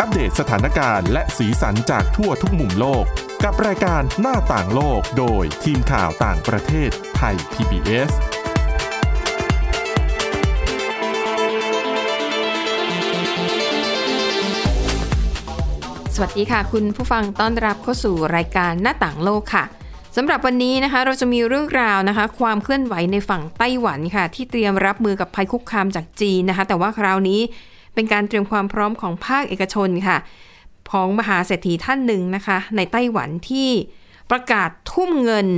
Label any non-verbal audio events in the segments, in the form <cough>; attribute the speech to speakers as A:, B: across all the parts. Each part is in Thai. A: อัปเดตสถานการณ์และสีสันจากทั่วทุกมุมโลก กับรายการหน้าต่างโลกโดยทีมข่าวต่างประเทศไทย PBS
B: สวัสดีค่ะ คุณผู้ฟังต้อนรับเข้าสู่รายการหน้าต่างโลกค่ะสำหรับวันนี้นะคะ เราจะมีเรื่องราวนะคะ ความเคลื่อนไหวในฝั่งไต้หวันค่ะ ที่เตรียมรับมือกับภัยคุกคามจากจีนนะคะ แต่ว่าคราวนี้เป็นการเตรียมความพร้อมของภาคเอกชนค่ะ ของมหาเศรษฐีท่านหนึ่งนะคะ ในไต้หวันที่ประกาศทุ่มเงิน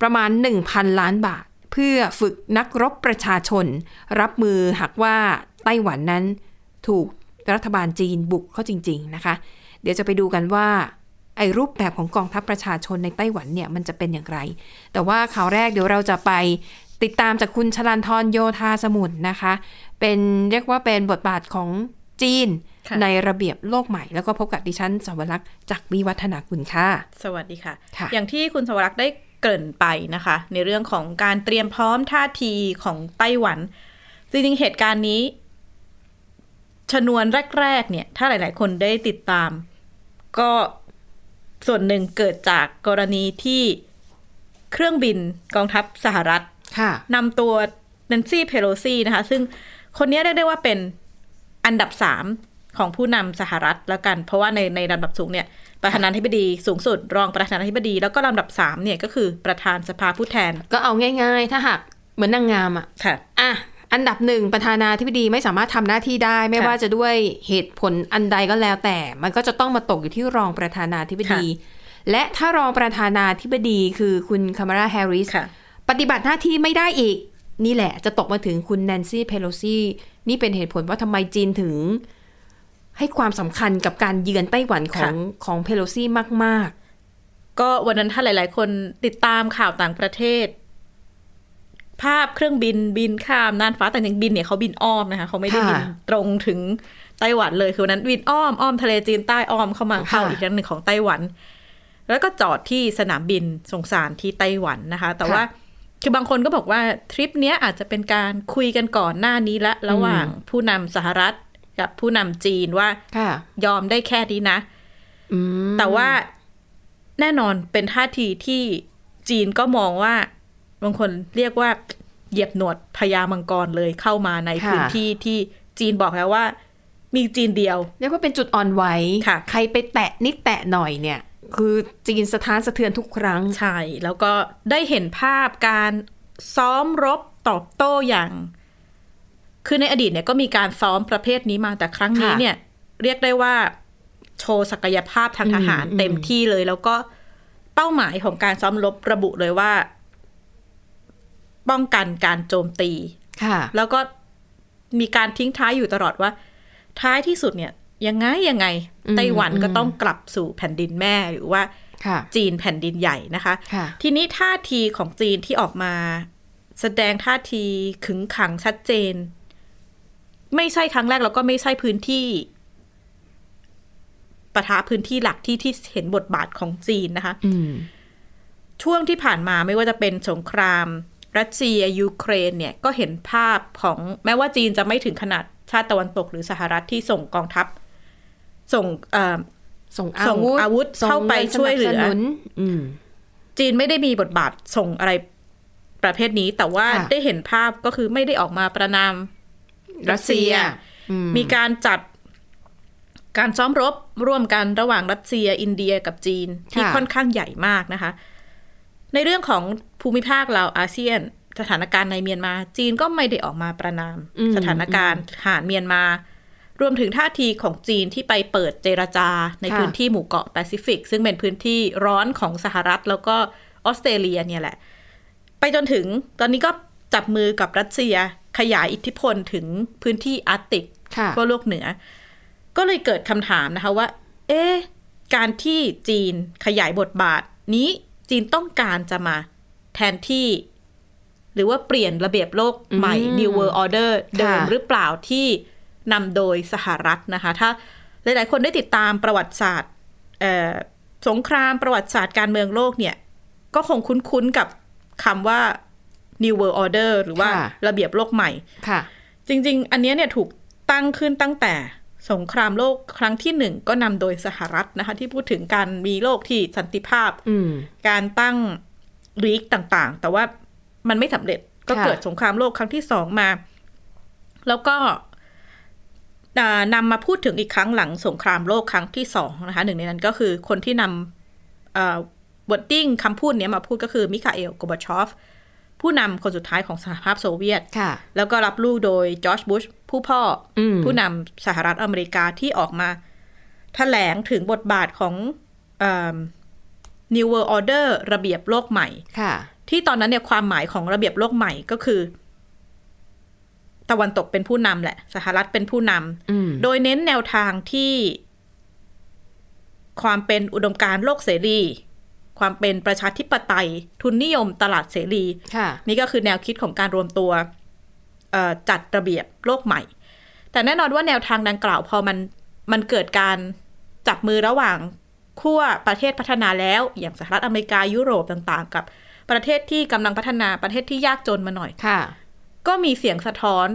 B: ประมาณ 1,000 ล้านบาท เพื่อฝึกนักรบประชาชน รับมือหากว่าไต้หวันนั้นถูกรัฐบาลจีนบุกเข้าจริง ๆนะคะ เดี๋ยวจะไปดูกันว่า ไอ้รูปแบบของกองทัพประชาชนในไต้หวันเนี่ยมันจะเป็นอย่างไร แต่ว่าข่าวแรกเดี๋ยวเราจะไปติดตามจากคุณชลันทรโยธาสมุนนะคะ เป็นเรียกว่าเป็นบทบาทของจีน
C: ค่ะ
B: ในระเบียบโลกใหม่ แล้วก็พบกับดิฉันสวรักษ์จากวิวัฒนาคุณค่ะ
C: สวัสดีค่ะ
B: ค่ะ
C: อย่างที่คุณสวรักษ์ได้เกริ่นไปนะคะ ในเรื่องของการเตรียมพร้อมท่าทีของไต้หวัน จริงๆ เหตุการณ์นี้ ชนวนแรก ๆ เนี่ย ถ้าหลาย ๆ คนได้ติดตาม ก็ส่วนหนึ่งเกิดจากกรณีที่เครื่องบินกองทัพสหรัฐ
B: ค่ะ
C: นำตัวแนนซี่เพโลซีนะคะ ซึ่งคนนี้ได้ได้ว่าเป็นอันดับสามของผู้นำสหรัฐแล้วกัน เพราะว่าในในลำดับสูงเนี่ย ประธานาธิบดีสูงสุด รองประธานาธิบดี แล้วก็ลำดับสามเนี่ยก็คือประธานสภาผู้แทน
B: ก็เอาง่ายๆ ถ้าหากเหมือนนางงามอะ
C: ค่ะ
B: อ่ะ อันดับหนึ่งประธานาธิบดีไม่สามารถทำหน้าที่ได้ ไม่
C: ค่ะ
B: ว่าจะด้วยเหตุผลอันใดก็แล้วแต่ มันก็จะต้องมาตกอยู่ที่รองประธานาธิบดี
C: ค่
B: และถ้ารองประธานาธิบดีคือคุณคามาราแฮร์ริส
C: ค่ะ
B: ปฏิบัติหน้าที่ไม่ได้อีก นี่แหละจะตกมาถึงคุณแนนซี่เพโลซีนี่เป็นเหตุผลว่าทำไมจีนถึง ให้ความสำคัญกับการเยือนไต้หวันของของเพโลซีมาก
C: ก็วันนั้นถ้าหลาย ๆ คนติดตามข่าวต่างประเทศ ภาพเครื่องบินบินข้ามน่านฟ้าแต่จริงๆบินเนี่ยเขาบินอ้อมนะคะเขาไม่ได้บิน
B: ค่ะ
C: ตรงถึงไต้หวันเลยคือวันนั้นบินอ้อมอ้อมทะเลจีนใต้อ้อมเข้ามา
B: ค่ะ
C: เข้าอีกด้านหนึ่งของไต้หวัน แล้วก็จอดที่สนามบินสงสารที่ไต้หวันนะคะ แต่ว่าคือบางคนก็บอกว่าทริปเนี้ยอาจจะเป็นการคุยกันก่อนหน้านี้ละระหว่างผู้นำสหรัฐกับผู้นำจีนว่า
B: ๆ ค่ะ
C: ยอมได้แค่นี้นะ
B: อืม
C: แต่ว่าแน่นอนเป็นท่าทีที่จีนก็มองว่าบางคนเรียกว่าเหยียบหนวดพญามังกรเลยเข้ามาใน
B: ค่ะ
C: พื้นที่ที่จีนบอกแล้วว่า มีจีนเดียว
B: เรียกว่าเป็นจุดอ่อนไหว
C: ค่ะ
B: ใครไปแตะนิดแตะหน่อยเนี่ย คือจีนสะท้านสะเทือนทุกครั้ง
C: ใช่ แล้วก็ได้เห็นภาพการซ้อมรบตอบโต้อย่าง คือในอดีตเนี่ยก็มีการซ้อมประเภทนี้มาแต่ครั้งนี้
B: ค่ะ
C: เนี่ย เรียกได้ว่าโชว์ศักยภาพทางทหาร
B: อืม
C: เต็มที่เลย แล้วก็เป้าหมายของการซ้อมรบระบุเลยว่า ป้องกันการโจมตี
B: ค่ะ
C: แล้วก็มีการทิ้งท้ายอยู่ตลอดว่า ท้ายที่สุดเนี่ย ยังไงยังไง
B: อืม
C: ไต้หวันก็
B: อืม
C: ต้องกลับสู่แผ่นดินแม่หรือว่า
B: ค่ะ
C: จีนแผ่นดินใหญ่นะคะ
B: ค่ะ
C: ทีนี้ท่าทีของจีนที่ออกมา แสดงท่าทีขึงขังชัดเจน ไม่ใช่ครั้งแรกแล้วก็ไม่ใช่พื้นที่ปะทะพื้นที่หลักที่ที่เห็นบทบาทของจีนนะคะ
B: อืม
C: ช่วงที่ผ่านมาไม่ว่าจะเป็นสงคราม รัสเซียยูเครนเนี่ยก็เห็นภาพของแม้ว่าจีนจะไม่ถึงขนาดชาติตะวันตกหรือสหรัฐที่ส่งกองทัพ ส่งเอ่อ
B: ส่ง
C: ส่
B: อาง วุธ
C: อาวุธ
B: ส่ง
C: เข้าไป
B: งิน
C: ช่วยเหลื
B: ส
C: อ
B: นับสนุนอืม
C: จีนไม่ได้มีบทบาทส่งอะไรประเภทนี้ แต่ว่า
B: ค่ะ
C: ได้เห็นภาพก็คือไม่ได้ออกมาประนาม รั
B: รัส
C: สเซี
B: เซีย
C: ย มีการจัดการซ้อมรบร่วมกันระหว่างรัสเซีย อินเดียกับจีน ที่
B: ค่ะ
C: ค่อนข้างใหญ่มากนะคะ ในเรื่องของภูมิภาคเราอาเซียน สถานการณ์ในเมียนมา จีนก็ไม่ได้ออกมาประนาม สถานการณ์ทหารเมียนมา รวมถึงท่าทีของจีนที่ไปเปิดเจรจาในพื้นที่หมู่เกาะแปซิฟิก ซึ่งเป็นพื้นที่ร้อนของสหรัฐ แล้วก็ออสเตรเลียเนี่ยแหละ ไปจนถึงตอนนี้ก็จับมือกับรัสเซียขยายอิทธิพลถึงพื้นที่อาร์กติก
B: ค่ะ
C: ทั่วโลกเหนือ ก็เลยเกิดคำถามนะคะว่า เอ๊ะ การที่จีนขยายบทบาทนี้จีนต้องการจะมาแทนที่ หรือว่าเปลี่ยนระเบียบโลกใหม่
B: อืม
C: New World Order เดิม
B: ค่ะ
C: หรือเปล่าที่นำโดยสหรัฐนะคะ ถ้าหลาย ๆ คนได้ติดตามประวัติศาสตร์เอ่อสงครามประวัติศาสตร์การเมืองโลกเนี่ย ก็คงคุ้น ๆ กับคำว่า New World Order หรือว่า
B: ค่ะ
C: ระเบียบโลกใหม่
B: ค่ะ
C: จริง ๆ อันเนี้ยเนี่ยถูกตั้งขึ้นตั้งแต่ สงครามโลกครั้งที่หนึ่งก็นำโดยสหรัฐนะคะ ที่พูดถึงการมีโลกที่สันติภาพ
B: อืม
C: การตั้งลีกต่างๆ แต่ว่ามันไม่สำเร็จก็
B: ค่ะ
C: เกิดสงครามโลกครั้งที่สองมา แล้วก็อ่านำมาพูดถึงอีกครั้งหลังสงครามโลกครั้งที่สองนะคะหนึ่งในนั้นก็คือคนที่นำวอดดิ้งคำพูดเนี้ยมาพูดก็คือมิคาเอลโกบาชอฟ ผู้นำคนสุดท้ายของสหภาพโซเวียต
B: ค่ะ
C: แล้วก็รับลูกโดยจอร์จบุชผู้พ่ออ
B: ม
C: ผู้นำสหรัฐอเมริกาที่ออกมาแถลงถึงบทบาทของเอิ่ม New World Order ระเบียบโลกใหม่
B: ค่ะ
C: ที่ตอนนั้นเนี่ยความหมายของระเบียบโลกใหม่ก็คือ ตะวันตกเป็นผู้นำแหละ สหรัฐเป็นผู้น
B: อืม
C: ำโดยเน้นแนวทางที่ความเป็นอุดมการณ์โลกเสรี ความเป็นประชาธิปไตย ทุนนิยมตลาดเสรี
B: ค่ะ
C: นี่ก็คือแนวคิดของการรวมตัวเอ่อจัดระเบียบโลกใหม่ แต่แน่นอนว่าแนวทางดังกล่าวพอมันมันเกิดการจับมือระหว่างขั้วประเทศพัฒนาแล้ว อย่างสหรัฐอเมริกายุโรปต่างๆ กับประเทศที่กำลังพัฒนาประเทศที่ยากจนมาหน่อย
B: ค่ะ
C: ก็มีเสียงสะท้อน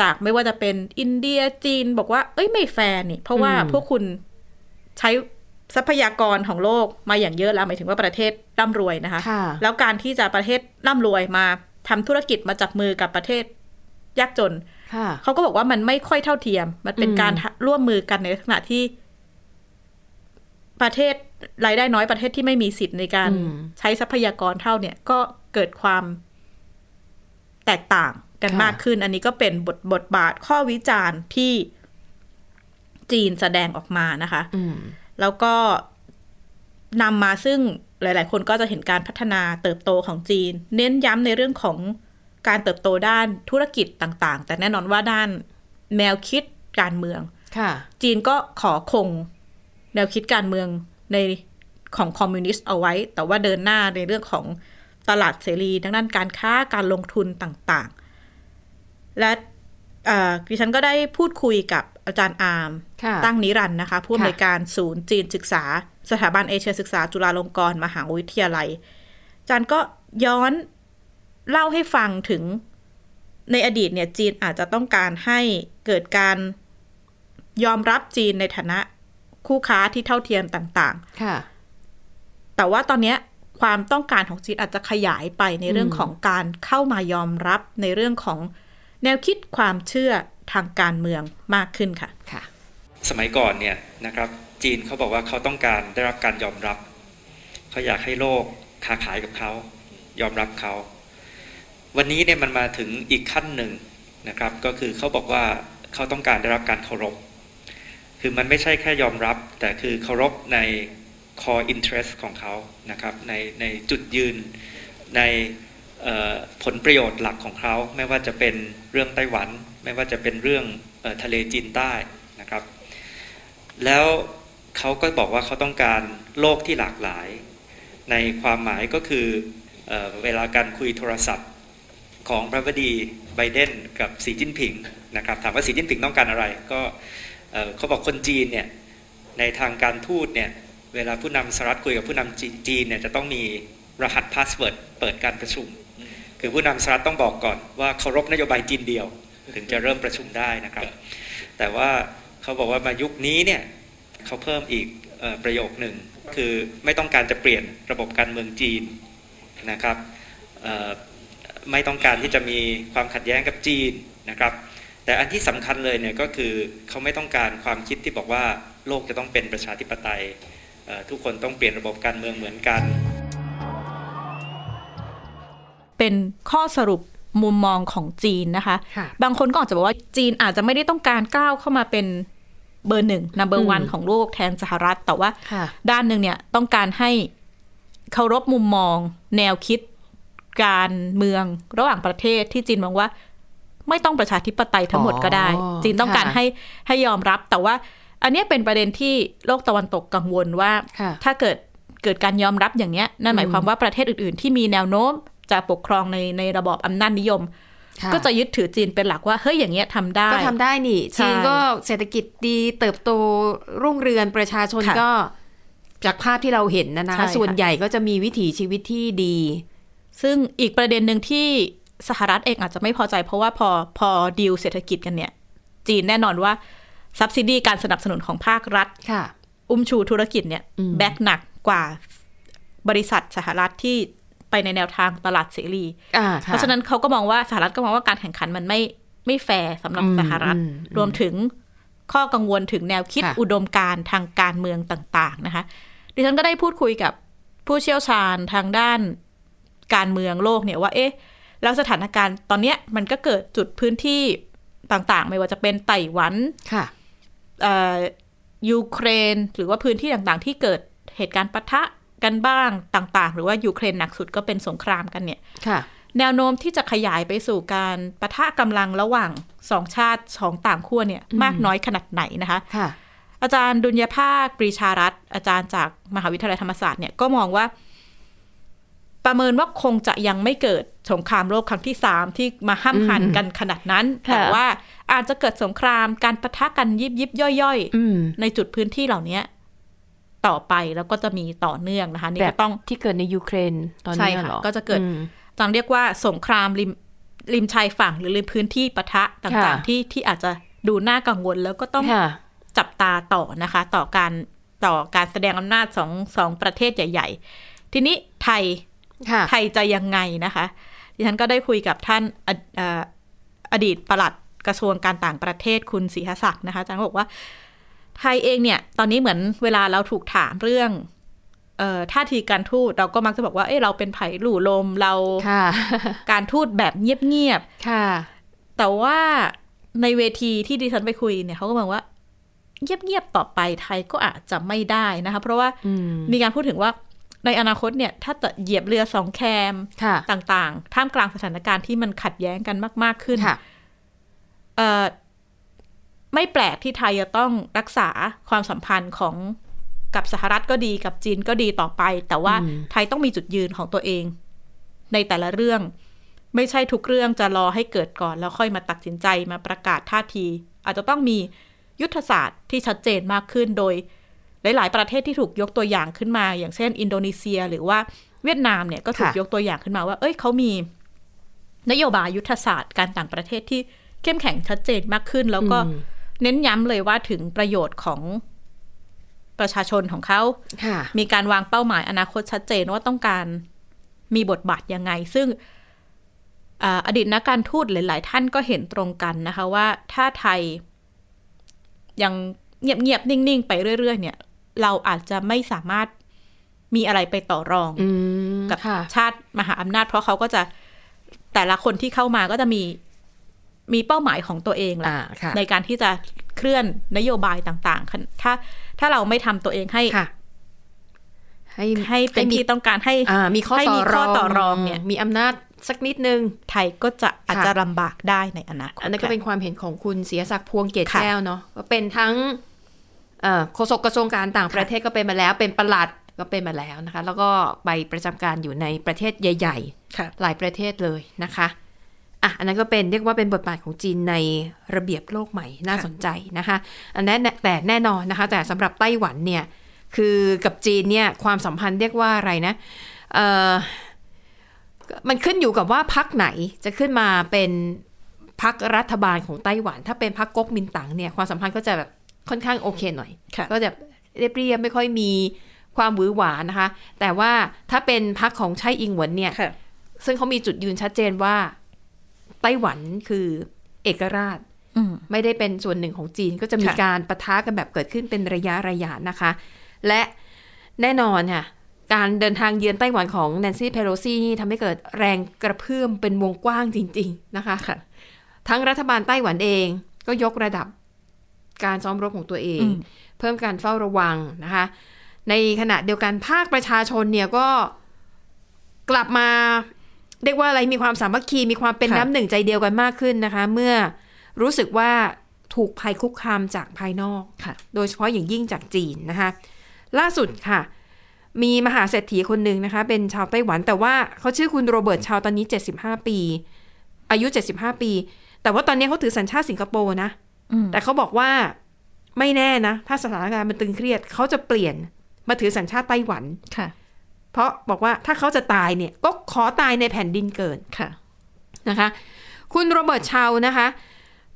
C: จากไม่ว่าจะเป็นอินเดียจีน บอกว่าเอ้ยไม่แฟร์นี่ เพราะว่า
B: อืม
C: พวกคุณใช้ทรัพยากรของโลกมาอย่างเยอะแล้วหมายถึงว่าประเทศร่ำรวยนะคะ
B: ค่ะ
C: แล้วการที่จะประเทศร่ำรวยมาทำธุรกิจมาจับมือกับประเทศยากจน
B: ค่ะ
C: เขาก็บอกว่ามันไม่ค่อยเท่าเทียม มันเป็น
B: อืม
C: การร่วมมือกันในลักษณะที่ ประเทศรายได้น้อยประเทศที่ไม่มีสิทธิ์ในการใช้ทรัพยากรเท่าเนี่ย ก็เกิดความแตกต่างกันมากขึ้น อันนี้ก็เป็นบทบทบาทข้อวิจารณ์ที่จีนแสดงออกมานะคะ
B: อืม
C: แล้วก็นำมาซึ่งหลาย ๆ คนก็จะเห็นการพัฒนาเติบโตของจีน เน้นย้ำในเรื่องของการเติบโตด้านธุรกิจต่าง ๆ แต่แน่นอนว่าด้านแนวคิดการเมือง
B: ค่ะ
C: จีนก็ขอคงแนวคิดการเมืองในของคอมมิวนิสต์เอาไว้ แต่ว่าเดินหน้าในเรื่องของตลาดเสรีดังนั้นการค้าการลงทุนต่างๆ และเอ่อดิฉันก็ได้พูดคุยกับอาจารย์อาร์ม
B: ค่ะ
C: ตั้งนิรันดร์นะคะ ผู้อำนวยการศูนย์จีนศึกษา สถาบันเอเชียศึกษา จุฬาลงกรณ์มหาวิทยาลัยอาจารย์ก็ย้อนเล่าให้ฟังถึงในอดีตเนี่ยจีนอาจจะต้องการให้เกิดการยอมรับจีนในฐานะคู่ค้าที่เท่าเทียมต่าง
B: ค่ะ
C: ๆ แต่ว่าตอนเนี้ยความต้องการของจีนอาจจะขยายไปในเรื่อง
B: อืม
C: ของการเข้ามายอมรับในเรื่องของแนวคิดความเชื่อทางการเมืองมากขึ้นค่ะ
B: ค่ะ
D: สมัยก่อนเนี่ยนะครับจีนเขาบอกว่าเขาต้องการได้รับการยอมรับ เขาอยากให้โลกค้าขายกับเขา ยอมรับเขา วันนี้เนี่ยมันมาถึงอีกขั้นหนึ่งนะครับก็คือเขาบอกว่าเขาต้องการได้รับการเคารพ คือมันไม่ใช่แค่ยอมรับ แต่คือเคารพใน core interest ของเขานะครับในในจุดยืนในเอ่อผลประโยชน์หลักของเขา ไม่ว่าจะเป็นเรื่องไต้หวัน ไม่ว่าจะเป็นเรื่องเอ่อทะเลจีนใต้นะครับ แล้วเขาก็บอกว่าเขาต้องการโลกที่หลากหลาย ในความหมายก็คือเออเวลาการคุยโทรศัพท์ของประธานาธิบดีไบเดนกับสีจิ้นผิงนะครับถามว่าสีจิ้นผิงต้องการอะไรก็เอ่อเขาบอกคนจีนเนี่ยในทางการทูตเนี่ยเวลาผู้นำสหรัฐคุยกับผู้นำจีจีนเนี่ยจะต้องมีรหัสพาสเวิร์ดเปิดการประชุม คือผู้นำสหรัฐต้องบอกก่อนว่าเคารพนโยบายจีนเดียว ถึงจะเริ่มประชุมได้นะครับ แต่ว่าเขาบอกว่ามายุคนี้เนี่ยเขาเพิ่มอีกเออประโยคหนึ่งคือไม่ต้องการจะเปลี่ยนระบบการเมืองจีนนะครับเอ่อไม่ต้องการที่จะมีความขัดแย้งกับจีนนะครับ แต่อันที่สำคัญเลยเนี่ยก็คือเขาไม่ต้องการความคิดที่บอกว่าโลกจะต้องเป็นประชาธิปไตยเอ่อทุกคนต้องเปลี่ยนระบบการเมืองเหมือนกัน
C: เป็นข้อสรุปมุมมองของจีนนะคะ
B: ค่ะ
C: บางคนก็อาจจะบอกว่าจีนอาจจะไม่ได้ต้องการก้าวเข้ามาเป็นเบอร์หนึ่งนัมเบอ
B: อื
C: ร์
B: ม
C: วันของโลกแทนสหรัฐ แต่ว่า
B: ค่ะ
C: ด้านหนึ่งเนี่ยต้องการให้เคารพมุมมอง แนวคิดการเมืองระหว่างประเทศที่จีนมองว่า ไม่ต้องประชาธิปไตยทั้งหมดก็ได้
B: อ๋อ
C: จีนต้องการ
B: ค่ะ
C: ให้ให้ยอมรับ แต่ว่า อันเนี้ยเป็นประเด็นที่โลกตะวันตกกังวลว่า
B: ค่ะ
C: ถ้าเกิดเกิดการยอมรับอย่างเนี้ยนั่นหมา
B: อื
C: ย
B: ม
C: ความว่าประเทศอื่น ๆ ที่มีแนวโน้มจะปกครองในในระบอบอำนาจนิยม
B: ค่
C: ก็จะยึดถือจีนเป็นหลักว่า เฮ้ย อย่างเงี้ยทำได้
B: ก็ทำได้นี่
C: ใช่
B: จีนก็เศรษฐกิจดีเติบโตรุ่งเรืองประชาชน
C: ค่ะ
B: ก็ จากภาพที่เราเห็นนะนะ
C: ใช่ค่ะ
B: ส่วนใหญ่ก็จะมีวิถีชีวิตที่ดี
C: ซึ่งอีกประเด็นหนึ่งที่สหรัฐเองอาจจะไม่พอใจ เพราะว่าพอพอดีลเศรษฐกิจกันเนี่ย จีนแน่นอนว่า สับซิดีการสนับสนุนของภาครัฐ
B: ค่ะ
C: อุ้มชูธุรกิจเนี่ย
B: อืม
C: แบกหนักกว่าบริษัทสหรัฐที่ไปในแนวทางตลาดเสรี
B: อ่าค่
C: เพราะฉะนั้นเขาก็มองว่าสหรัฐก็มองว่าการแข่งขันมันไม่ไม่แฟร์สำหรับ
B: อืม
C: สหรัฐ
B: อืมอืม
C: รวมถึงข้อกังวลถึงแนวคิด
B: ค่ะ
C: อุดมการณ์ทางการเมืองต่าง ๆ นะคะ ดิฉันก็ได้พูดคุยกับผู้เชี่ยวชาญทางด้านการเมืองโลกเนี่ยว่าเอ๊ะ แล้วสถานการณ์ตอนเนี้ยมันก็เกิดจุดพื้นที่ต่างๆ ไม่ว่าจะเป็นไต้หวัน
B: ค่ะ
C: เอ่อยูเครนหรือว่าพื้นที่ต่างๆ ที่เกิดเหตุการณ์ปะทะกันบ้างต่างๆ หรือว่ายูเครนหนักสุดก็เป็นสงครามกันเนี่ย
B: ค่ะ
C: แนวโน้มที่จะขยายไปสู่การปะทะกำลังระหว่างสองชาติสองต่างขั้วเนี่ย
B: อืม
C: มากน้อยขนาดไหนนะคะ
B: ค่ะ
C: อาจารย์ดุลยภาคปรีชารัตน์อาจารย์จากมหาวิทยาลัยธรรมศาสตร์เนี่ยก็มองว่า ประเมินว่าคงจะยังไม่เกิดสงครามโลกครั้งที่สามที่มาห้ามหัน
B: อืม
C: กันขนาดนั้น
E: ค่ะ
C: แต่ว่าอาจจะเกิดสงครามการปะทะกันยิบยิบย่อยย่อยๆ
B: อืม
C: ในจุดพื้นที่เหล่านี้ต่อไปแล้วก็จะมีต่อเนื่องนะคะ นี่
B: แบบ
C: ก็ต้อง
B: ที่เกิดในยูเครนตอน
C: ใช่
B: นี้
C: ค่ะ
B: เหรอ
C: ก็จะเกิด
B: อืม
C: ตอนเรียกว่าสงครามริมริมชายฝั่งหรือริมพื้นที่ปะทะต่าง
B: ค่ะ
C: ๆ ที่ที่อาจจะดูน่ากังวล แล้วก็ต้อง
B: ค่ะ
C: จับตาต่อนะคะ ต่อการต่อการแสดงอำนาจสองสองประเทศใหญ่ ๆ ทีนี้ไทย
B: ค่ะ
C: ไทยจะยังไงนะคะดิฉันก็ได้คุยกับท่านอดเอ่ออดีตปลัดกระทรวงการต่างประเทศคุณศรีหศักดิ์นะคะอาจารย์ก็บอกว่า ไทยเองเนี่ย ตอนนี้เหมือนเวลาเราถูกถามเรื่องเอ่อท่าทีการทูตเราก็มักจะบอกว่า เอ้ยเราเป็นไผ่หลู่ลมเรา
B: ค่ะ
C: การทูตแบบเงียบ
B: ค่ะ
C: ๆแต่ว่าในเวทีที่ดิฉันไปคุยเนี่ยเขาก็บอกว่าเงียบๆต่อไปไทยก็อาจจะไม่ได้นะคะเพราะว่า
B: อืม
C: มีการพูดถึงว่าในอนาคตเนี่ย ถ้าจะเหยียบเรือสองแคม
B: ค่ะ
C: ต่างๆ ท่ามกลางสถานการณ์ที่มันขัดแย้งกันมาก ๆ ขึ้น
B: ค่ะ
C: เอ่อไม่แปลกที่ไทยจะต้องรักษาความสัมพันธ์ของกับสหรัฐก็ดีกับจีนก็ดีต่อไป แต่ว่า
B: อืม
C: ไทยต้องมีจุดยืนของตัวเอง ในแต่ละเรื่อง ไม่ใช่ทุกเรื่องจะรอให้เกิดก่อน แล้วค่อยมาตัดสินใจมาประกาศท่าที อาจจะต้องมียุทธศาสตร์ที่ชัดเจนมากขึ้นโดย หลาย ๆ ประเทศที่ถูกยกตัวอย่างขึ้นมา อย่างเช่น อินโดนีเซีย หรือว่าเวียดนามเนี่ยก็ถูก
B: ค่ะ
C: ยกตัวอย่างขึ้นมาว่า เอ้ยเขามีนโยบายยุทธศาสตร์การต่างประเทศที่เข้มแข็งชัดเจนมากขึ้น แล้วก็
B: อืม
C: เน้นย้ำเลยว่าถึงประโยชน์ของประชาชนของเขา
B: ค่ะ
C: มีการวางเป้าหมายอนาคตชัดเจนว่าต้องการมีบทบาทยังไง ซึ่งอ่าอดีตนักการทูตหลาย ๆ ท่านก็เห็นตรงกันนะคะว่าถ้าไทยยังเงียบ ๆ นิ่ง ๆ ไปเรื่อย ๆ เนี่ย เราอาจจะไม่สามารถมีอะไรไปต่อรอง
B: อืม
C: กับ
B: ค่ะ
C: ชาติมหาอำนาจ เพราะเขาก็จะแต่ละคนที่เข้ามาก็จะมีมีเป้าหมายของตัวเองแหละ
B: อ่าค่ะ
C: ในการที่จะเคลื่อนนโยบายต่างๆ ถ้าถ้าเราไม่ทำตัวเองให้
B: ค่ะ ให้
C: ให้เป็น
B: มี
C: ที่ต้องการให้
B: อ่า มีข้อ
C: ให้
B: ต่อ
C: มี
B: ร
C: ข้
B: อ
C: อง ต่อรองเนี่ย
B: มีอำนาจสักนิดนึง
C: ไทยก็จะอาจจะลำบากได้ในอนาคต
B: อันนั้นก็
C: ค่ะ
B: เป็นความเห็นของคุณเสียศักดิ์พวงเกต
C: ค่ะ
B: แก้วเนาะก็เป็นทั้งเอ่อโฆษกกระทรวงการต่างประเทศก็เป็นมาแล้ว เป็นประหลัดก็เป็นมาแล้วนะคะ แล้วก็ไปประจำการอยู่ในประเทศใหญ่
C: ค่ะ
B: ๆ หลายประเทศเลยนะคะอ่ะอันนั้นก็เป็นเรียกว่าเป็นบทบาทของจีนในระเบียบโลกใหม่น่าสนใจนะคะอันนั้นแต่แน่นอนนะคะ แต่สำหรับไต้หวันเนี่ยคือกับจีนเนี่ยความสัมพันธ์เรียกว่าอะไรนะเอ่อมันขึ้นอยู่กับว่าพักไหนจะขึ้นมาเป็น พักรัฐบาลของไต้หวัน ถ้าเป็นพักก๊กมินตั๋งเนี่ยความสัมพันธ์ก็จะแบบค่อนข้างโอเคหน่อย
C: ค่ะ
B: ก็จะเรียบเรียบไม่ค่อยมีความหวือหวานะคะ แต่ว่าถ้าเป็นพักของไช่อิงหวนเนี่ย
C: ค่ะ
B: ซึ่งเขามีจุดยืนชัดเจนว่า ไต้หวันคือเอกราช
C: อืม
B: ไม่ได้เป็นส่วนหนึ่งของจีนก็จะมี
C: ค่ะ
B: การปะทะกันแบบเกิดขึ้นเป็นระยะระยะนะคะ และแน่นอนค่ะ การเดินทางเยือนไต้หวันของแนนซี่เพโลซีนี่ทำให้เกิดแรงกระเพื่อมเป็นวงกว้างจริง ๆนะคะ
C: ค่ะ
B: ทั้งรัฐบาลไต้หวันเองก็ยกระดับการซ้อมรบของตัวเอง
C: อืม
B: เพิ่มการเฝ้าระวังนะคะ ในขณะเดียวกันภาคประชาชนเนี่ยก็กลับมาเรียกว่าอะไรมีความสามัคคีมีความเป็น
C: ค่ะ
B: น้ำหนึ่งใจเดียวกันมากขึ้นนะคะ เมื่อรู้สึกว่าถูกภัยคุกคามจากภายนอก
C: ค่ะ
B: โดยเฉพาะอย่างยิ่งจากจีนนะคะ ล่าสุดค่ะ มีมหาเศรษฐีคนหนึ่งนะคะ เป็นชาวไต้หวัน แต่ว่าเขาชื่อคุณโรเบิร์ตชาวตอนนี้ 75 ปี อายุ 75 ปี แต่ว่าตอนนี้เขาถือสัญชาติสิงคโปร์นะ
C: อืม
B: แต่เขาบอกว่าไม่แน่นะ ถ้าสถานการณ์มันตึงเครียด เขาจะเปลี่ยนมาถือสัญชาติไต้หวัน
C: ค่ะ
B: เพราะบอกว่าถ้าเขาจะตายเนี่ยก็ขอตายในแผ่นดินเกิด
C: ค่ะ
B: นะคะคุณโรเบิร์ตเชานะคะ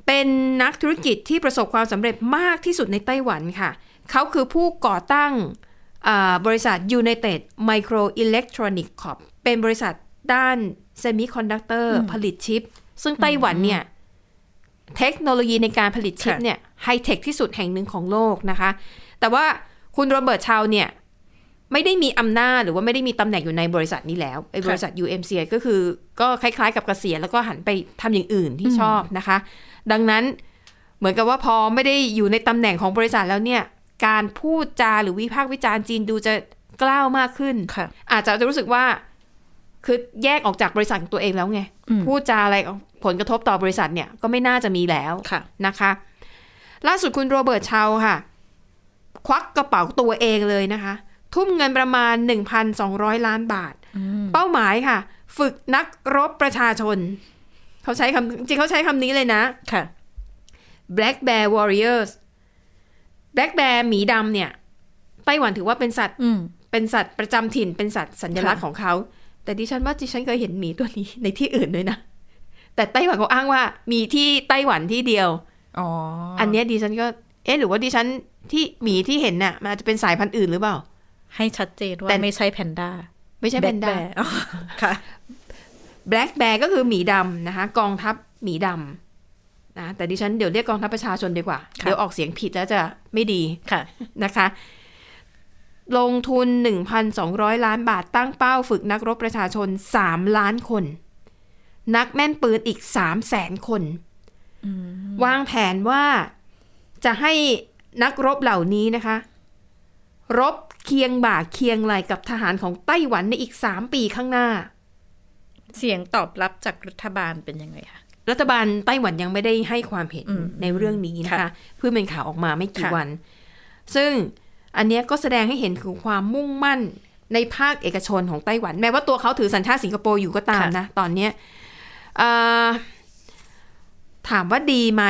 B: เป็นนักธุรกิจที่ประสบความสำเร็จมากที่สุดในไต้หวันค่ะ เขาคือผู้ก่อตั้งอ่าบริษัท United Micro Electronic Corp เป็นบริษัทด้านเซมิคอนดักเตอร์ผลิตชิป ซึ่งไต้หวันเนี่ย เทคโนโลยีในการผลิตชิป
C: ค่ะ
B: เนี่ยไฮเทคที่สุดแห่งหนึ่งของโลกนะคะ แต่ว่าคุณโรเบิร์ตชาวเนี่ย ไม่ได้มีอำนาจหรือว่าไม่ได้มีตำแหน่งอยู่ในบริษัทนี้แล้วไอ้บริษัท UMC ก็คือก็คล้ายๆกับเกษียณแล้วก็หันไปทำอย่างอื่นที่ชอบนะคะ ดังนั้นเหมือนกับว่าพอไม่ได้อยู่ในตำแหน่งของบริษัทแล้วเนี่ย การพูดจาหรือวิพากษ์วิจารณ์จีนดูจะกล้าวมากขึ้น
C: ค่ะ
B: อาจจะรู้สึกว่าคือแยกออกจากบริษัทของตัวเองแล้วไง
C: อืม
B: พูดจาอะไรผลกระทบต่อบริษัทเนี่ยก็ไม่น่าจะมีแล้ว
C: ค่ะ
B: นะคะล่าสุดคุณโรเบิร์ตชาวค่ะ ควักกระเป๋าตัวเองเลยนะคะ ทุ่มเงินประมาณ 1,200 ล้านบาท เป้าหมายค่ะ ฝึกนักรบประชาชน เขาใช้คำจริงเขาใช้คำนี้เลยนะ
C: ค่ะ
B: Black Bear Warriors Black Bear หมีดำเนี่ย ไต้หวันถือว่าเป็นสัตว์
C: อืม
B: เป็นสัตว์ประจำถิ่นเป็นสัตว์สัญลักษณ์
C: ค่ะ
B: ของเขา แต่ดิฉันว่าดิฉันเคยเห็นหมีตัวนี้ <laughs> ในที่อื่นด้วยนะ แต่ไต้หวันเขาอ้างว่ามีที่ไต้หวันที่เดียว
C: อ๋อ
B: อันเนี้ยดิฉันก็ เอ๊ะ หรือว่าดิฉันที่หมีที่เห็นน่ะ มันอาจจะเป็นสายพันธุ์อื่นหรือเปล่า
C: ให้ชัดเจนว่า
B: แต่
C: ไม่ใช่แพนด้า
B: ไม่ใช่แพนด้า
C: บล็คบร์อ๋อค่ะ
B: black bear ก็คือหมีดำนะคะ กองทัพหมีดำนะ แต่ดิฉันเดี๋ยวเรียกกองทัพประชาชนดีกว่า
C: ค่ะ
B: เดี๋ยวออกเสียงผิดแล้วจะไม่ดี
C: <laughs> ค่ะ
B: <laughs> นะคะ ลงทุน 1,200 ล้านบาทตั้งเป้าฝึกนักรบประชาชน 3 ล้านคน นักแม่นปืนอีก 3 0 0แสนคน วางแผนว่าจะให้นักรบเหล่านี้นะคะ รบเคียงบ่าเคียงไหลกับทหารของไต้หวันในอีก 3 ปีข้างหน้า
C: เสียงตอบรับจากรัฐบาลเป็นยังไงคะ
B: รัฐบาลไต้หวันยังไม่ได้ให้ความเห็น
C: อืม
B: ในเรื่องนี้นะคะ
C: ค่ะ
B: เพื่อเป็นข่าวออกมาไม่กี่
C: ค่ะ
B: วัน ซึ่งอันเนี้ยก็แสดงให้เห็นถึงความมุ่งมั่นในภาคเอกชนของไต้หวัน แม้ว่าตัวเขาถือสัญชาติสิงคโปร์อยู่ก็ตามนะ ตอนเนี้ยเอ่อถามว่าดีไหม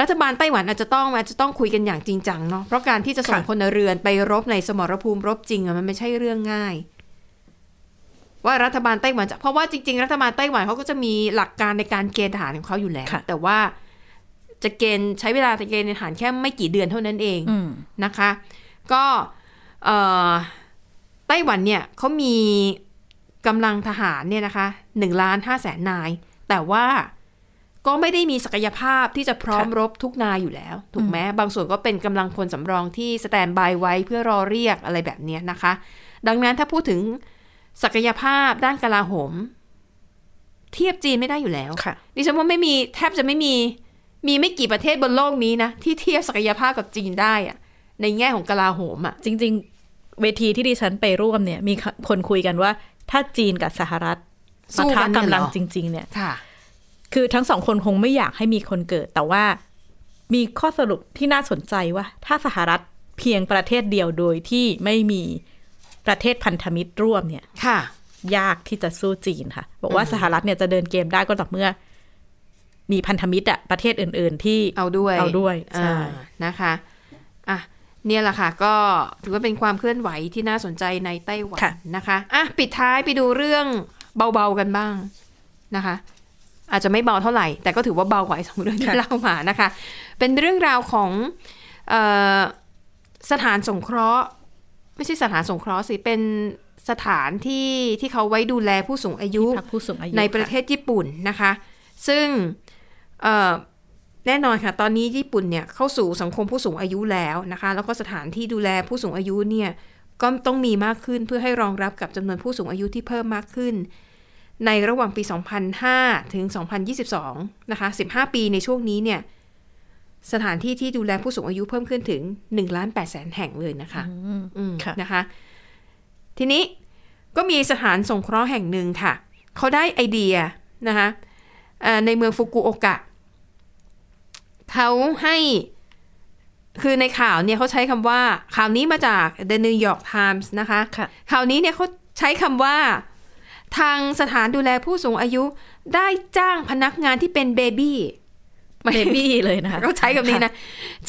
B: รัฐบาลไต้หวันอาจจะต้องอาจจะต้องคุยกันอย่างจริงจังเนาะเพราะการที่จะส่ง
C: ค่ะ
B: พลเรือนไปรบในสมรภูมิรบจริงอะมันไม่ใช่เรื่องง่าย ว่ารัฐบาลไต้หวันจะเพราะว่าจริงๆ รัฐบาลไต้หวันเขาก็จะมีหลักการในการเกณฑ์ทหารของเขาอยู่แล้ว
C: ค่ะ
B: แต่ว่าจะเกณฑ์ใช้เวลาในเกณฑ์ทหารแค่ไม่กี่เดือนเท่านั้นเอง
C: อืม
B: นะคะ ก็เอ่อไต้หวันเนี่ยเขามีกำลังทหารเนี่ยนะคะหนึ่งล้านห้าแสนนาย แต่ว่าก็ไม่ได้มีศักยภาพที่จะพร้อม
C: ค่ะ
B: รบทุกนายอยู่แล้ว ถูกไหมบางส่วนก็เป็นกำลังพลสำรองที่สแตนด์บายไว้เพื่อรอเรียกอะไรแบบเนี้ยนะคะ ดังนั้นถ้าพูดถึง ศักยภาพด้านกลาโหม เทียบจีนไม่ได้อยู่แล้ว
C: ค่ะ
B: ดิฉันว่าไม่มีแทบจะไม่มีมีไม่กี่ประเทศบนโลกนี้นะ ที่เทียบศักยภาพกับจีนได้อะในแง่ของกลาโหมอะ
C: จริง ๆ เวทีที่ดิฉันไปร่วมเนี่ย มีคนคุยกันว่า ถ้าจีนกับสหรัฐ
B: สู้
C: ปะทะ
B: กันเนี่ย
C: กำ
B: เหร
C: ลั
B: อ
C: งจริง ๆ เนี่ย
B: ค่ะ
C: คือทั้งสองคนคงไม่อยากให้มีคนเกิด แต่ว่ามีข้อสรุปที่น่าสนใจว่า ถ้าสหรัฐเพียงประเทศเดียวโดยที่ไม่มีประเทศพันธมิตรร่วมเนี่ย
B: ค่ะ
C: ยากที่จะสู้จีนค่ะ บอกว่าสหรัฐเนี่ยจะเดินเกมได้ก็ต่อเมื่อ มีพันธมิตรอะประเทศอื่น ๆ ที่
B: เอาด้วย
C: เอาด้วยใช่
B: อ่านะคะอ่ะเนี่ยแหละค่ะก็ถือว่าเป็นความเคลื่อนไหวที่น่าสนใจในไต้หวัน
C: ค่ะ
B: นะคะอ่ะปิดท้ายไปดูเรื่องเบาๆกันบ้างนะคะ อาจจะไม่เบาเท่าไหร่ แต่ก็ถือว่าเบากว่าไอ้สองเรื่องที่เล่ามานะคะ เป็นเรื่องราวของเออสถานสงเคราะห์ ไม่ใช่สถานสงเคราะห์สิเป็นสถานที่ที่เขาไว้ดูแลผู้สูงอายุ
C: พักผู้สูงอายุ
B: ในประเทศญี่ปุ่นนะคะ ซึ่งเอ่อแน่นอนค่ะ ตอนนี้ญี่ปุ่นเนี่ยเข้าสู่สังคมผู้สูงอายุแล้วนะคะ แล้วก็สถานที่ดูแลผู้สูงอายุเนี่ยก็ต้องมีมากขึ้นเพื่อให้รองรับกับจำนวนผู้สูงอายุที่เพิ่มมากขึ้น ในระหว่างปี 2005 ถึง 2022 นะคะ 15 ปีในช่วงนี้เนี่ยสถานที่ที่ดูแลผู้สูงอายุเพิ่มขึ้นถึง1ล้าน8แสนแห่งเลยนะคะ
C: อืม
B: อืม
C: ค่ะ
B: นะคะ ทีนี้ก็มีสถานสงเคราะห์แห่งหนึ่งค่ะ เขาได้ไอเดียนะคะเอ่อในเมืองฟุกุโอกะ เขาให้คือในข่าวเนี่ยเขาใช้คำว่าข่าวนี้มาจาก The New York Times นะคะ
C: ค่ะ
B: ข่าวนี้เนี่ยเขาใช้คำว่า ทางสถานดูแลผู้สูงอายุได้จ้างพนักงานที่เป็นเบบี้
C: เบบี้เลยนะคะ
B: <laughs> เขาใช้คำนี้นะ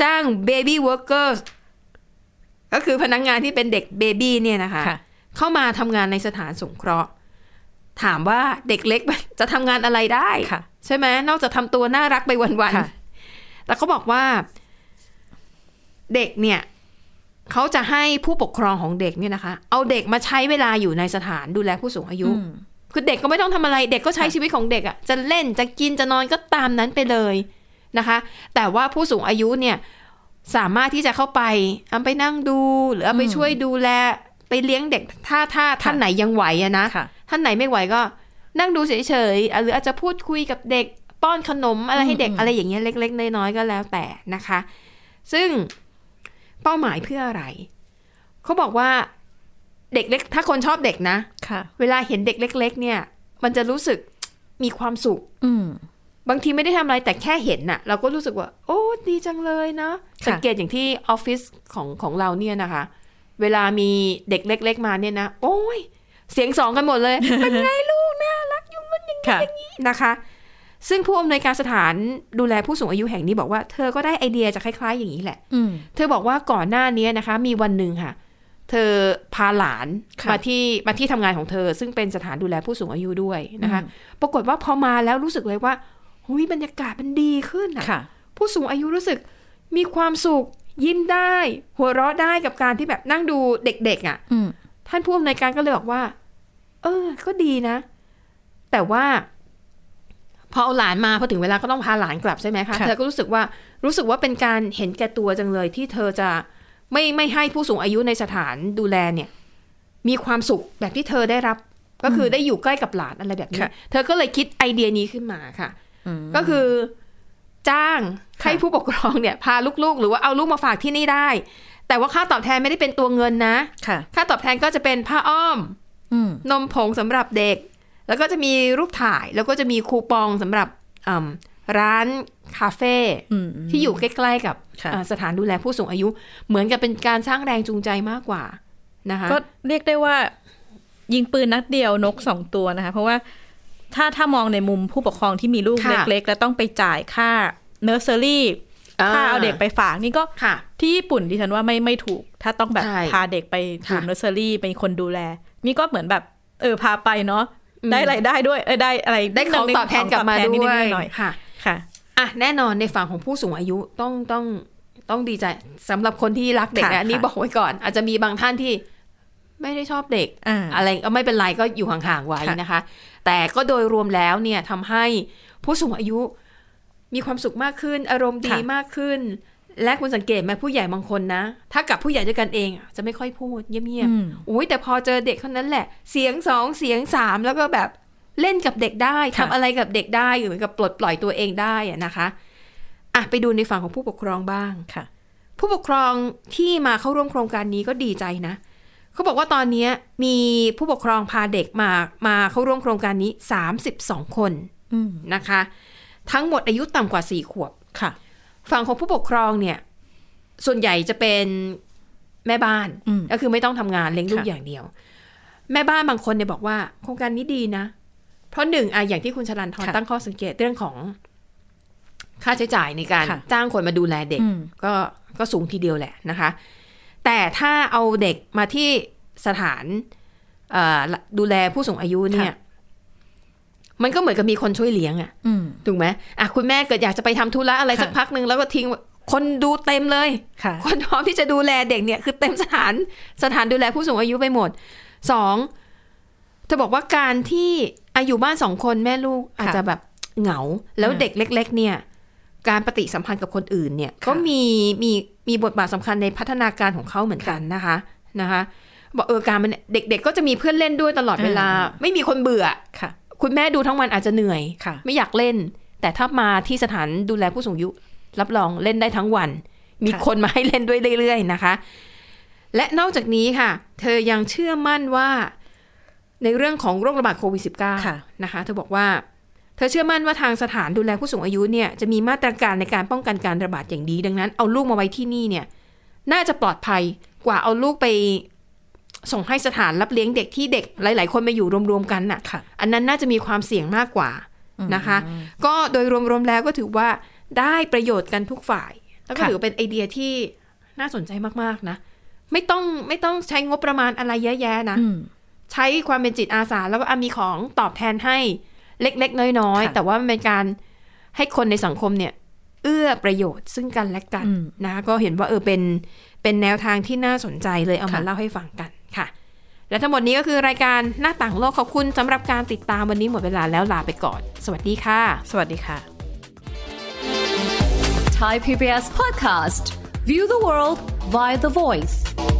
B: จ้างเบบี้วอร์เกอร์ก็คือพนักงานที่เป็นเด็กเบบี้เนี่ยนะคะ
C: ค่ะ
B: เข้ามา <laughs> ทำงานในสถานสงเคราะห์ ถามว่าเด็กเล็ก จะทำงานอะไรได้
C: ค่ะ
B: ใช่ไหมนอกจากทำตัวน่ารักไปวัน
E: ค่ะ
B: ๆแต่เขาบอกว่า เด็กเนี่ยเขาจะให้ผู้ปกครองของเด็กเนี่ยนะคะ เอาเด็กมาใช้เวลาอยู่ในสถานดูแลผู้สูงอายุ
C: อืม
B: คือเด็กก็ไม่ต้องทำอะไร เด็กก็ใช้ชีวิตของเด็กอะ่ะ จะเล่นจะกินจะนอนก็ตามนั้นไปเลยนะคะ แต่ว่าผู้สูงอายุเนี่ยสามารถที่จะเข้าไปเอาไปนั่งดู หรือเอาไปช่วยดูแล ไปเลี้ยงเด็กถ้าถ้าท่านไหนยังไหวอะนะ
E: ค่ะ
B: ท่านไหนไม่ไหวก็นั่งดูเฉยๆอ่ะหรืออาจจะพูดคุยกับเด็กป้อนขนมอะไรให้เด็ก
C: อืม
B: อะไรอย่างเงี้ยเล็ก ๆ น้อยๆก็แล้วแต่นะคะ ซึ่งเป้าหมายเพื่ออะไร เขาบอกว่าเด็กเล็ก ถ้าคนชอบเด็กนะ
E: ค่ะ
B: เวลาเห็นเด็กเล็ก ๆ เนี่ย มันจะรู้สึกมีความสุข
E: อืม
B: บางทีไม่ได้ทำอะไรแต่แค่เห็นน่ะ เราก็รู้สึกว่า โอ้ดีจังเลยเนาะ
E: ค่ะ
B: สังเกตอย่างที่ออฟฟิศของของเราเนี่ยนะคะ เวลามีเด็กเล็ก ๆ มาเนี่ยนะ โอ้ย เสียงสองกันหมดเลย เป็นไงลูกน่ารักอยุ่งมันอย่าง
E: ค่ะ
B: นะคะ ซึ่งผู้อำนวยการสถานดูแลผู้สูงอายุแห่งนี้บอกว่าเธอก็ได้ไอเดียจากคล้าย ๆ อย่างนี้แหละ
E: อืม
B: เธอบอกว่าก่อนหน้านี้นะคะ มีวันหนึ่งค่ะ เธอพาหลาน
E: ค่ะ
B: มาที่มาที่ทำงานของเธอ ซึ่งเป็นสถานดูแลผู้สูงอายุด้วยนะคะ ปรากฏว่าพอมาแล้วรู้สึกเลยว่าหุยบรรยากาศมันดีขึ้นอะ
E: ค่ะ
B: ผู้สูงอายุรู้สึกมีความสุข ยิ้มได้ หัวเราะได้กับการที่แบบนั่งดูเด็กๆอ่ะ
E: อืม
B: ท่านผู้อำนวยการก็เลยบอกว่า เออ ก็ดีนะ แต่ว่า พอเอาหลานมาพอถึงเวลาก็ต้องพาหลานกลับใช่ไหมคะ
E: ค่ะ
B: เธอก็รู้สึกว่า รู้สึกว่าเป็นการเห็นแก่ตัวจังเลย ที่เธอจะไม่ไม่ให้ผู้สูงอายุในสถานดูแลเนี่ย มีความสุขแบบที่เธอได้รับ ก็คือได้อยู่ใกล้กับหลานอะไรแบบนี้
E: ค่ะ
B: เธอก็เลยคิดไอเดียนี้ขึ้นมาค่ะ
E: อืม
B: ก็คือจ้าง
E: ค่ะ
B: ให้ผู้ปกครองเนี่ย พาลูกๆ หรือว่าเอาลูกมาฝากที่นี่ได้ แต่ว่าค่าตอบแทนไม่ได้เป็นตัวเงินนะ
E: ค่ะ
B: ค่าตอบแทนก็จะเป็นผ้าอ้อม
E: อืม
B: นมผงสำหรับเด็ก แล้วก็จะมีรูปถ่ายแล้วก็จะมีคูปองสำหรับอืมร้านคาเฟ่
E: อืม
B: ที่อยู่ใกล้ๆกับ
E: ค่ะ
B: อ่าสถานดูแลผู้สูงอายุ เหมือนกับเป็นการสร้างแรงจูงใจมากกว่านะคะ
E: ก็เรียกได้ว่า ยิงปืนนัดเดียวนกสองตัวนะคะ เพราะว่าถ้าถ้ามองในมุมผู้ปกครองที่มีลูกเล็ก ๆ แล้วต้องไปจ่ายค่าเนอร์เซอรี่ค่าเอาเด็กไปฝากนี่ก็
B: ค่ะ
E: ที่ญี่ปุ่นดิฉันว่าไม่ไม่ถูก ถ้าต้องแบบ
B: ใช่
E: พาเด็กไปดู
B: ค่ะ
E: เนอร์เซอรี่เป็นคนดูแล นี่ก็เหมือนแบบเออพาไปเนาะ
B: อืม
E: ได้รายได้ด้วยเออได้อะไร
B: ได้ของ
E: นินึ
B: ตอบแทนกลับมา
E: ของตอ
B: ด้
E: นิ
B: วย
E: หน่อย
B: ค่ะ
E: ๆค่ะ
B: อ่ะแน่นอนในฝั่งของผู้สูงอายุต้องต้องต้องดีใจสำหรับคนที่รักเด็ก
E: ค่ะ
B: นะอันนี่
E: ค่ะ
B: บอกไว้ก่อน อาจจะมีบางท่านที่ไม่ได้ชอบเด็ก
E: อ่า
B: ไรก็ไม่เป็นไรก็อยู่ห่างๆไว้
E: ค่ะ
B: นะคะ แต่ก็โดยรวมแล้วเนี่ยทำให้ผู้สูงอายุมีความสุขมากขึ้น อารมณ์ดีมากขึ้น และคุณสังเกตไหมผู้ใหญ่บางคนนะ ถ้ากับผู้ใหญ่ด้วยกันเองอ่ะจะไม่ค่อยพูดเงียบ
E: อืม
B: ๆอุ้ยแต่พอเจอเด็กเท่านั้นแหละ เสียงสองเสียงสามแล้วก็แบบ เล่นกับเด็กได้ทำ
E: ค่ะ
B: อะไรกับเด็กได้เหมือนกับปลดปล่อยตัวเองได้อะนะคะอ่ะไปดูในฝั่งของผู้ปกครองบ้าง
E: ค่ะ
B: ผู้ปกครองที่มาเข้าร่วมโครงการนี้ก็ดีใจนะเขาบอกว่าตอนเนี้ยมีผู้ปกครองพาเด็กมามาเข้าร่วมโครงการนี้ 32 คน
E: อืม
B: นะคะ ทั้งหมดอายุต่ำกว่า 4 ขวบ
E: ค่ะ
B: ฝั่งของผู้ปกครองเนี่ย ส่วนใหญ่จะเป็นแม่บ้าน
E: อืม
B: ก็คือไม่ต้องทำงานเลี้ยงลูก
E: ค่ะ
B: อย่างเดียว แม่บ้านบางคนเนี่ยบอกว่า โครงการนี้ดีนะ เพราะหนึ่งอะอย่างที่คุณชลันทรตั้งข้อสังเกตเรื่องของค่าใช้จ่ายในการ
E: ค่ะ
B: จ้างคนมาดูแลเด็ก
E: อืม
B: ก็ก็สูงทีเดียวแหละนะคะ แต่ถ้าเอาเด็กมาที่สถานเอ่อดูแลผู้สูงอายุเนี่ย
E: ค่ะ
B: มันก็เหมือนกับมีคนช่วยเลี้ยงอะ
E: อืม
B: ถูกไหมอ่ะคุณแม่เกิดอยากจะไปทำธุระอะไร
E: ค่ะ
B: สักพักหนึ่งแล้วก็ทิ้งคนดูเต็มเลย
E: ค่ะ
B: คนพร้อมที่จะดูแลเด็กเนี่ยคือเต็มสถานสถานดูแลผู้สูงอายุไปหมดสองจะบอกว่าการที่อายุบ้านสองคนแม่ลูกอาจจะแบบเหงา แล้วเด็กเล็ก ๆ เนี่ย การปฏิสัมพันธ์กับคนอื่นเนี่ยก็มีมีมีบทบาทสำคัญในพัฒนาการของเขาเหมือนกันนะคะนะคะบอกเออการมันเด็ก ๆ ก็จะมีเพื่อนเล่นด้วยตลอดเวลา
E: อื
B: ไม่มีคนเบื่อ
E: ค่ะ
B: คุณแม่ดูทั้งวันอาจจะเหนื่อย
E: ค่ะ
B: ไม่อยากเล่น แต่ถ้ามาที่สถานดูแลผู้สูงอายุ รับรองเล่นได้ทั้งวัน มี
E: ค่ะ
B: คนมาให้เล่นด้วยเรื่อยๆนะคะ และนอกจากนี้ค่ะ เธอยังเชื่อมั่นว่า ในเรื่องของโรคระบาดโควิด
E: ค่ะ
B: -19 นะคะ เธอบอกว่า เธอเชื่อมั่นว่าทางสถานดูแลผู้สูงอายุเนี่ยจะมีมาตรการในการป้องกันการระบาดอย่างดี ดังนั้นเอาลูกมาไว้ที่นี่เนี่ย น่าจะปลอดภัยกว่าเอาลูกไปส่งให้สถานรับเลี้ยงเด็กที่เด็กหลาย ๆ คนมาอยู่รวมๆกันน่ะ
E: ค่ะ
B: อันนั้นน่าจะมีความเสี่ยงมากกว่านะคะ ก็โดยรวมๆแล้วก็ถือว่าได้ประโยชน์กันทุกฝ่าย แล้วก็
E: ค่ะ
B: ถือเป็นไอเดียที่น่าสนใจมากๆนะ ไม่ต้องไม่ต้องใช้งบประมาณอะไรเยอะแยะนะ
E: อืม
B: ใช้ความเป็นจิตอาสาแล้วก็อ่ะมีของตอบแทนให้ เล็ก ๆ น้อย ๆ
E: ค่ะ
B: แต่ว่ามันเป็นการให้คนในสังคมเนี่ย เอื้อประโยชน์ซึ่งกันและกัน
E: อืม
B: นะก็เห็นว่าเออเป็นเป็นแนวทางที่น่าสนใจเลยเอามา
E: ค่ะ
B: เล่าให้ฟังกันค่ะ และทั้งหมดนี้ก็คือรายการหน้าต่างโลกขอบคุณสำหรับการติดตามวันนี้หมดเวลาแล้วลาไปก่อน สวัสดีค่ะ
E: สวัสดีค่ะ
F: Thai PBS podcast. View the world via the voice.